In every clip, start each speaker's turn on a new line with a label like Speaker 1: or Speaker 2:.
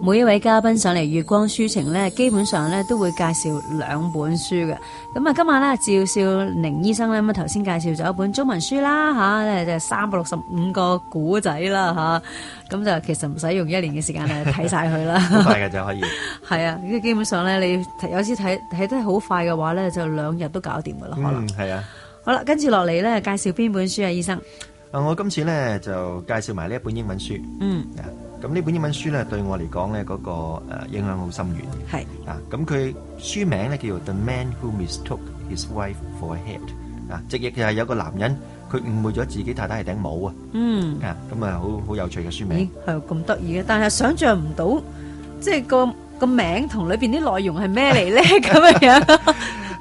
Speaker 1: 每一位嘉賓上嚟月光書情呢，基本上呢都會介紹兩本書嘅。咁啊，今晚呢，趙少寧醫生呢，咁啊頭先介紹咗一本中文書啦吓，就三百六十五個古仔啦吓，咁就其實唔使用一年嘅時間嚟睇晒佢啦。
Speaker 2: 好快嘅就可以。
Speaker 1: 係啊，咁基本上呢，你有時睇睇得好快嘅話呢，就兩日都搞掂噶啦，可能。
Speaker 2: 嗯，係啊。
Speaker 1: 好啦，跟住落嚟呢，介紹邊本書啊，醫生？
Speaker 2: 啊，我今次咧就介紹埋呢一本英文書。
Speaker 1: 嗯，
Speaker 2: 啊，咁呢本英文書咧對我嚟講咧嗰個誒影響好深遠嘅。
Speaker 1: 係
Speaker 2: 啊，咁佢書名咧叫做《The Man Who Mistook His Wife for a Hat》。啊，直譯就係有個男人佢誤會咗自己太太係頂帽啊。
Speaker 1: 嗯。
Speaker 2: 啊，咁啊好好有趣嘅書
Speaker 1: 咦
Speaker 2: 名。，
Speaker 1: 係咁得意嘅，但係想像唔到，即係個個名同裏邊啲內容係咩 嚟咧？咁樣樣，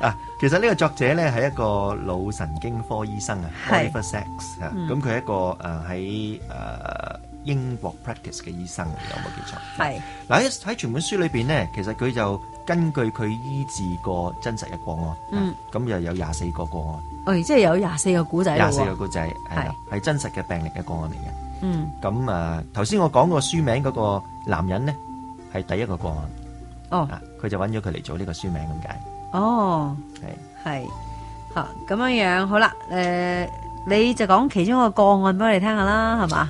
Speaker 2: 啊，其實呢個作者咧係一個腦神經科醫生啊
Speaker 1: 係
Speaker 2: ，Oliver Sacks 啊，咁佢係一個誒喺誒英國 practice 嘅醫生嚟嘅，有冇記錯？
Speaker 1: 係
Speaker 2: 嗱喺喺全本書裏邊咧，其實佢就根據佢醫治過真實嘅個案，
Speaker 1: 嗯
Speaker 2: 啊咁又有廿四個個案，
Speaker 1: 喂，即係有廿四個古仔
Speaker 2: 廿四
Speaker 1: 咯
Speaker 2: 個個仔係啦係真實嘅病歷嘅個案嚟嘅。
Speaker 1: 喎，嗯，
Speaker 2: 咁啊，頭先我講個書名嗰個男人咧，係第一個個案
Speaker 1: 哦，
Speaker 2: 啊，佢就揾咗佢嚟做呢個書名咁解。
Speaker 1: 哦，
Speaker 2: 係
Speaker 1: 係，嚇咁樣樣，好啦，誒，你就講其中一個個案俾我哋聽下啦，係嘛？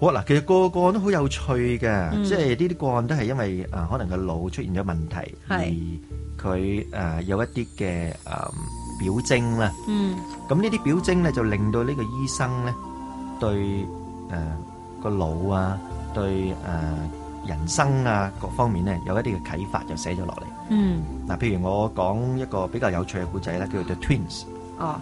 Speaker 2: 好啊嗱，其實個個案都好有趣嘅，
Speaker 1: 嗯
Speaker 2: 即係呢啲個案都係因為啊、可能個腦出現咗問題，而
Speaker 1: 係
Speaker 2: 佢誒、啊有一啲嘅誒表徵啦。
Speaker 1: 嗯，
Speaker 2: 咁呢啲表徵咧，就令到呢個醫生咧對誒個腦啊，對誒、呃人生啊各方面咧有一啲嘅啟發，就寫咗落嚟。
Speaker 1: 嗯，
Speaker 2: 嗱，譬如我講一個比較有趣嘅故仔啦，叫做 The Twins
Speaker 1: 哦，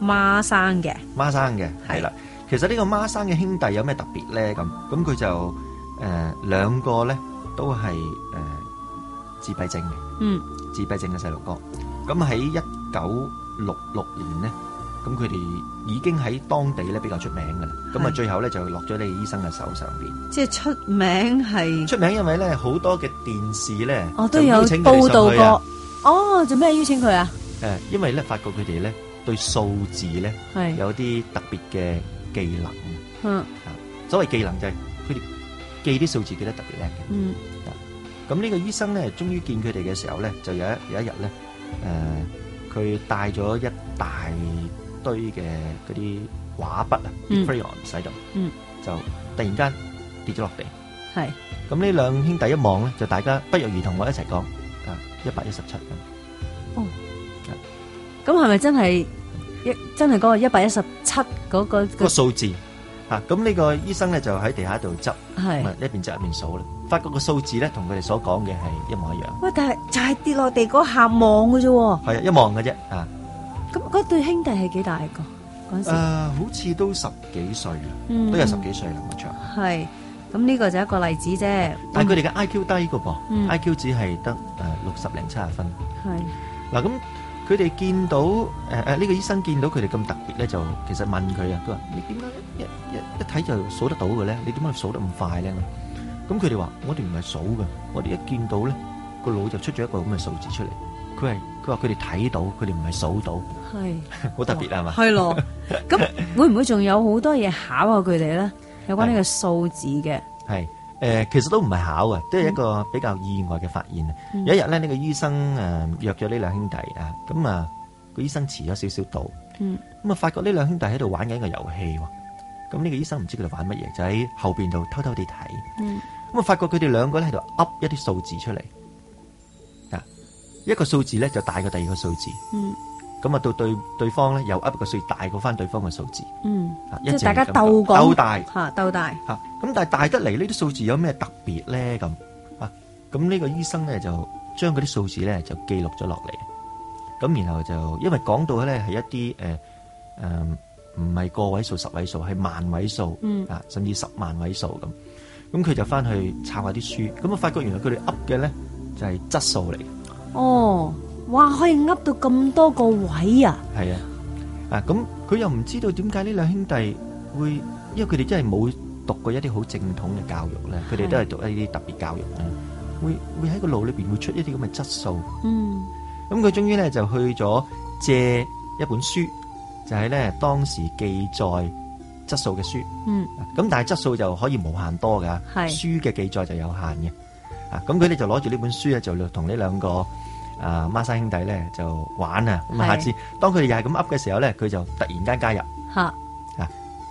Speaker 1: 孖生嘅，
Speaker 2: 孖生嘅，
Speaker 1: 係
Speaker 2: 係啦。其實呢個孖生嘅兄弟有咩特別咧？咁咁佢就誒、呃、兩個咧都係誒、呃自閉症嘅。
Speaker 1: 嗯，
Speaker 2: 自閉症嘅細路哥。咁喺一九六六年呢，咁佢哋已經喺當地咧比較出名㗎啦。咁啊，
Speaker 1: 係
Speaker 2: 最後咧就落咗呢個醫生嘅手上邊。
Speaker 1: 即係出名係，
Speaker 2: 出名因為咧好多嘅電視咧，
Speaker 1: 我哦都
Speaker 2: 就
Speaker 1: 有
Speaker 2: 邀請佢哋
Speaker 1: 報
Speaker 2: 上去
Speaker 1: 道
Speaker 2: 啊。
Speaker 1: 過，哦，做咩邀請佢啊？
Speaker 2: 誒，因為咧發覺佢哋咧對數字咧
Speaker 1: 係，
Speaker 2: 有啲特別嘅技能。
Speaker 1: 嗯
Speaker 2: 啊所謂技能就係佢哋記啲數字記得特別叻嘅。
Speaker 1: 嗯，
Speaker 2: 咁呢個醫生咧，終於見佢哋嘅時候咧，就有一有一日咧，誒、佢帶咗一大堆嘅嗰啲畫筆啊
Speaker 1: 嗯
Speaker 2: 啲，crayon 喺度，
Speaker 1: 嗯
Speaker 2: 就突然間跌咗落地。
Speaker 1: 係，
Speaker 2: 咁呢兩兄弟一望咧，就大家不約而同我一齊講啊，一百一十七咁，
Speaker 1: 咁係咪真係一真係嗰個一百一十七嗰個
Speaker 2: 個數字嚇。咁、呢個醫生咧就喺地下度執，咁
Speaker 1: 係
Speaker 2: 啊？一邊執一邊數啦，發覺個數字咧同佢哋所講嘅係一模一樣，
Speaker 1: 喂，但係就係跌落地嗰下望嘅啫喎。
Speaker 2: 係啊一望嘅啫啊。
Speaker 1: 咁嗰對兄弟係幾大個嗰陣
Speaker 2: 誒、
Speaker 1: 時？
Speaker 2: 好似都十幾歲啦，
Speaker 1: 嗯
Speaker 2: 都有十幾歲啦，冇錯。
Speaker 1: 係。咁呢個就一個例子啫。
Speaker 2: 但係佢哋嘅 I Q 低嘅噃、
Speaker 1: 嗯
Speaker 2: i Q 只係得誒六十零七十分。
Speaker 1: 係
Speaker 2: 嗱咁佢哋見到誒誒呢個醫生見到佢哋咁特別咧，就其實問佢啊，佢話你點解一一一睇就數得到嘅咧？你點解數得咁快咧？咁佢哋話：我哋唔係數嘅，我哋一見到咧個腦就出咗一個咁嘅數字出嚟。佢係佢話佢哋睇到，佢哋唔係數到，
Speaker 1: 係
Speaker 2: 好特別係 嘛？
Speaker 1: 係咯。咁會唔會仲有好多嘢考下佢哋咧？有關呢個數字嘅，
Speaker 2: 係誒、呃其實都唔係考嘅，都係一個比較意外嘅發現啊！有一日咧，呢個醫生誒、呃約咗呢兩兄弟啊，咁啊個醫生遲咗少少到，
Speaker 1: 嗯
Speaker 2: 咁啊發覺呢兩兄弟喺度玩緊一個遊戲喎。咁呢個醫生唔知佢哋玩乜嘢，就喺後邊度偷偷地睇。
Speaker 1: 嗯
Speaker 2: 咁啊發覺佢哋兩個咧喺度噏一啲數字出嚟啊，一個數字咧就大過第二個數字，
Speaker 1: 嗯
Speaker 2: 咁啊到對對方咧又噏一個數字大過翻對方嘅數字
Speaker 1: 嗯，
Speaker 2: 啊，
Speaker 1: 即
Speaker 2: 一
Speaker 1: 係
Speaker 2: 直
Speaker 1: 大家
Speaker 2: 咁
Speaker 1: 鬥講
Speaker 2: 鬥大。
Speaker 1: 嚇鬥大，
Speaker 2: 嚇、啊咁但係大得嚟呢啲數字有咩特別咧？咁啊，咁呢個醫生咧就將嗰啲數字咧就記錄咗落嚟，咁然後就因為講到咧係一啲誒誒唔係個位數、十位數，係萬位數、
Speaker 1: 嗯
Speaker 2: 啊，甚至十萬位數咁。咁佢就翻去抄下啲書，咁啊發覺原來佢哋噏嘅咧就係、質數嚟嘅，
Speaker 1: 哦，哇，可以噏到咁多個位啊！
Speaker 2: 係啊，啊咁佢又唔知道點解呢兩兄弟會，因為佢哋真係冇讀過一啲好正統嘅教育咧，佢哋都係讀一啲特別教育咧，會會喺個腦裏邊會出一啲咁嘅質素。
Speaker 1: 嗯
Speaker 2: 咁佢終於咧就去咗借一本書，就係、咧當時記載質素嘅書。
Speaker 1: 嗯
Speaker 2: 咁但係質素就可以無限多㗎，
Speaker 1: 係
Speaker 2: 書嘅記載就有限嘅。啊，咁佢咧就攞住呢本書咧，就同呢兩個啊孖生兄弟咧就玩啊。咁啊，
Speaker 1: 係
Speaker 2: 下次當佢哋又係咁噏嘅時候咧，佢就突然間加入，
Speaker 1: 吓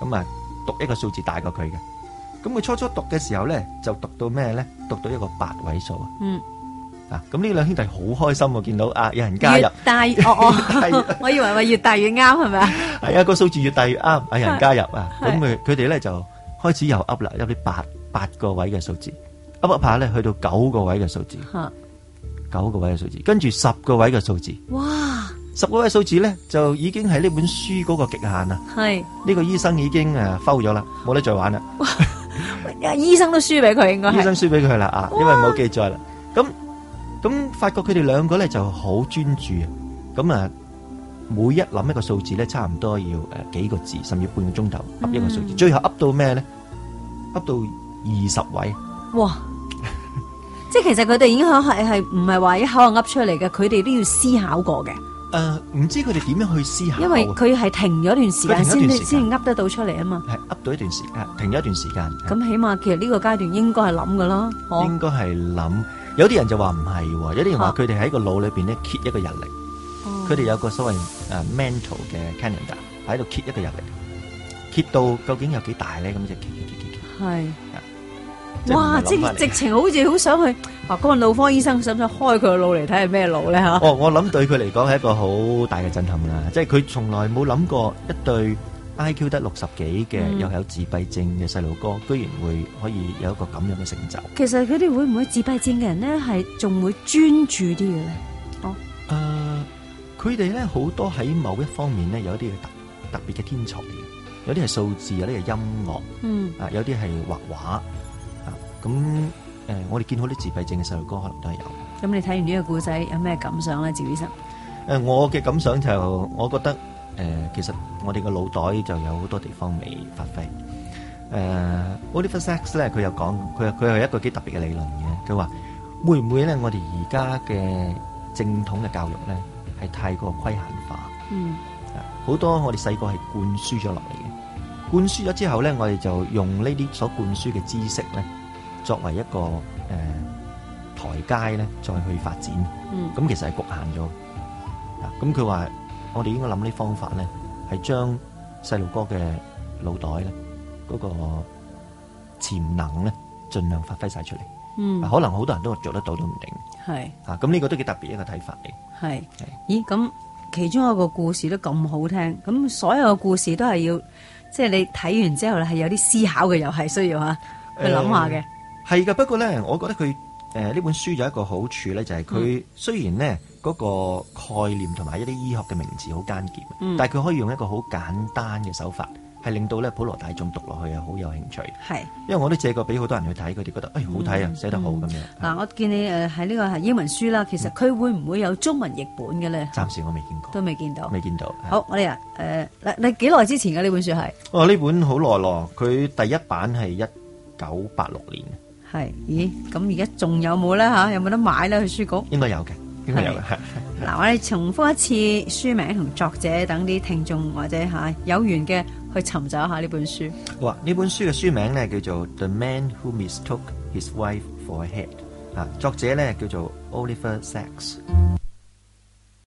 Speaker 2: 咁啊讀一個數字大過佢嘅。咁佢初初讀嘅時候咧，就讀到咩咧？讀到一個八位數啊！
Speaker 1: 嗯，
Speaker 2: 啊，咁呢兩兄弟好開心喎，見到啊有人加入
Speaker 1: 越，大越 哦
Speaker 2: 係啊
Speaker 1: 哦，我以為話越大越啱係咪啊？
Speaker 2: 係啊，個數字越大越啱，有人加入啊，
Speaker 1: 係
Speaker 2: 咁佢佢哋咧就開始又噏啦，噏啲八八個位嘅數字，噏噏下咧去到九個位嘅數字，
Speaker 1: 吓
Speaker 2: 九個位嘅數字，跟住十個位嘅數字，
Speaker 1: 哇，
Speaker 2: 十個位嘅數字咧就已經係呢本書嗰個極限啦。
Speaker 1: 係
Speaker 2: 呢個醫生已經誒摟咗啦，冇得再玩啦，
Speaker 1: 喂醫生都輸俾佢應該
Speaker 2: 醫
Speaker 1: 係
Speaker 2: 生輸俾佢啦啊，因為冇記載啦。咁咁發覺佢哋兩個咧就好專注啊，咁啊每一諗一個數字咧，差唔多要誒幾個字，甚至半個鐘頭噏一個數字，
Speaker 1: 嗯
Speaker 2: 最後噏到咩咧？噏到二十位，
Speaker 1: 哇！即係其實佢哋已經係係係唔係話一口就噏出嚟嘅，佢哋都要思考過嘅，
Speaker 2: 誒、唔知佢哋點樣去思考啊？
Speaker 1: 因為佢係停咗段時間
Speaker 2: 佢停咗
Speaker 1: 先
Speaker 2: 段時間
Speaker 1: 先噏得到出嚟啊嘛。
Speaker 2: 係噏到一段時間，停咗一段時間，
Speaker 1: 咁起碼其實呢個階段應該係諗噶啦，
Speaker 2: 誒
Speaker 1: 哦
Speaker 2: 應該係諗。有啲人就話唔係喎，有啲人話
Speaker 1: 啊
Speaker 2: 佢哋喺個腦裏邊咧揭一個日曆。佢哋有個所謂誒 mental 嘅 calendar 喺度揭一個日曆，揭到究竟有幾大咧？咁就揭揭揭揭揭
Speaker 1: 係。
Speaker 2: 即係唔
Speaker 1: 哇！
Speaker 2: 係
Speaker 1: 即
Speaker 2: 諗
Speaker 1: 係
Speaker 2: 返嚟
Speaker 1: 直情好似好想去嗱，嗰個腦科醫生想唔想開佢個腦嚟睇係咩腦咧吓？
Speaker 2: 哦，我諗對佢嚟講係一個好大嘅震撼啦！即係佢從來冇諗過一對 IQ 得六十幾嘅、
Speaker 1: 嗯
Speaker 2: 又有自閉症嘅細路哥，居然會可以有一個咁樣嘅成就。誒、
Speaker 1: 其實佢哋會唔會自閉症嘅人咧，係仲會專注啲嘅咧？
Speaker 2: 佢哋咧好多喺某一方面咧有一啲嘅特特別嘅天才嘅，有啲係數字，有啲係音樂。
Speaker 1: 嗯，
Speaker 2: 啊，有啲係畫畫啊，咁誒、呃我哋見好啲自閉症嘅細路哥可能都係有。誒、
Speaker 1: 咁你睇完呢個故仔有咩感想咧，趙醫生？
Speaker 2: 呃我嘅感想就我覺得誒、呃其實我哋個腦袋就有好多地方未發揮。誒、Oliver Sacks 咧，佢有講，佢佢係一個幾特別嘅理論嘅。佢話會唔會咧，我哋而家嘅正統嘅教育咧係太過規限化？
Speaker 1: 嗯，
Speaker 2: 啊好多我哋細個係灌輸咗落嚟嘅，灌輸咗之後咧，我哋就用呢啲所灌輸嘅知識咧，作為一個誒、呃台階咧，再去發展。
Speaker 1: 嗯
Speaker 2: 咁其實係局限咗。啊，咁佢話我哋應該諗呢方法咧，係將細路哥嘅腦袋咧嗰、個潛能咧，盡量發揮晒出嚟。
Speaker 1: 嗯
Speaker 2: 啊，可能好多人都做得到都唔定。
Speaker 1: 係
Speaker 2: 啊，咁呢個都幾特別一個睇法嚟。
Speaker 1: 係。咦，咁其中有一個故事都咁好聽，咁所有嘅故事都係要，即係你睇完之後咧係有啲思考嘅，又係需要吓去諗下嘅。
Speaker 2: 係噶，不過咧，我覺得佢呃誒呢本書有一個好處咧，就係
Speaker 1: 嗯
Speaker 2: 佢雖然咧嗰個概念同埋一啲醫學嘅名詞好艱澀，
Speaker 1: 嗯
Speaker 2: 但係佢可以用一個好簡單嘅手法，係令到咧普羅大眾讀落去啊好有興趣。
Speaker 1: 係
Speaker 2: 因為我都借過俾好多人去睇，佢哋覺得誒、哎好睇
Speaker 1: 嗯
Speaker 2: 啊，寫得好咁樣。
Speaker 1: 嗱，我見你誒喺呢個係英文書啦，其實佢會唔會有中文譯本嘅咧？
Speaker 2: 暫時我未見過，
Speaker 1: 都未見到。
Speaker 2: 未見到。係
Speaker 1: 好，我哋啊誒，嗱你幾耐之前嘅呢本書係
Speaker 2: 哦，呢本好耐咯，佢第一版係一九八六年，
Speaker 1: 係？咦，咁而家仲有冇咧嚇？有冇得買咧？去書局？
Speaker 2: 應該有嘅，應該有嘅。
Speaker 1: 嗱，我哋重複一次書名同作者，等啲聽眾或者嚇有緣嘅去尋找一下呢本書。
Speaker 2: 哇！呢本書嘅書名咧叫做《The Man Who Mistook His Wife for a Head》啊，作者咧叫做 Oliver Sacks。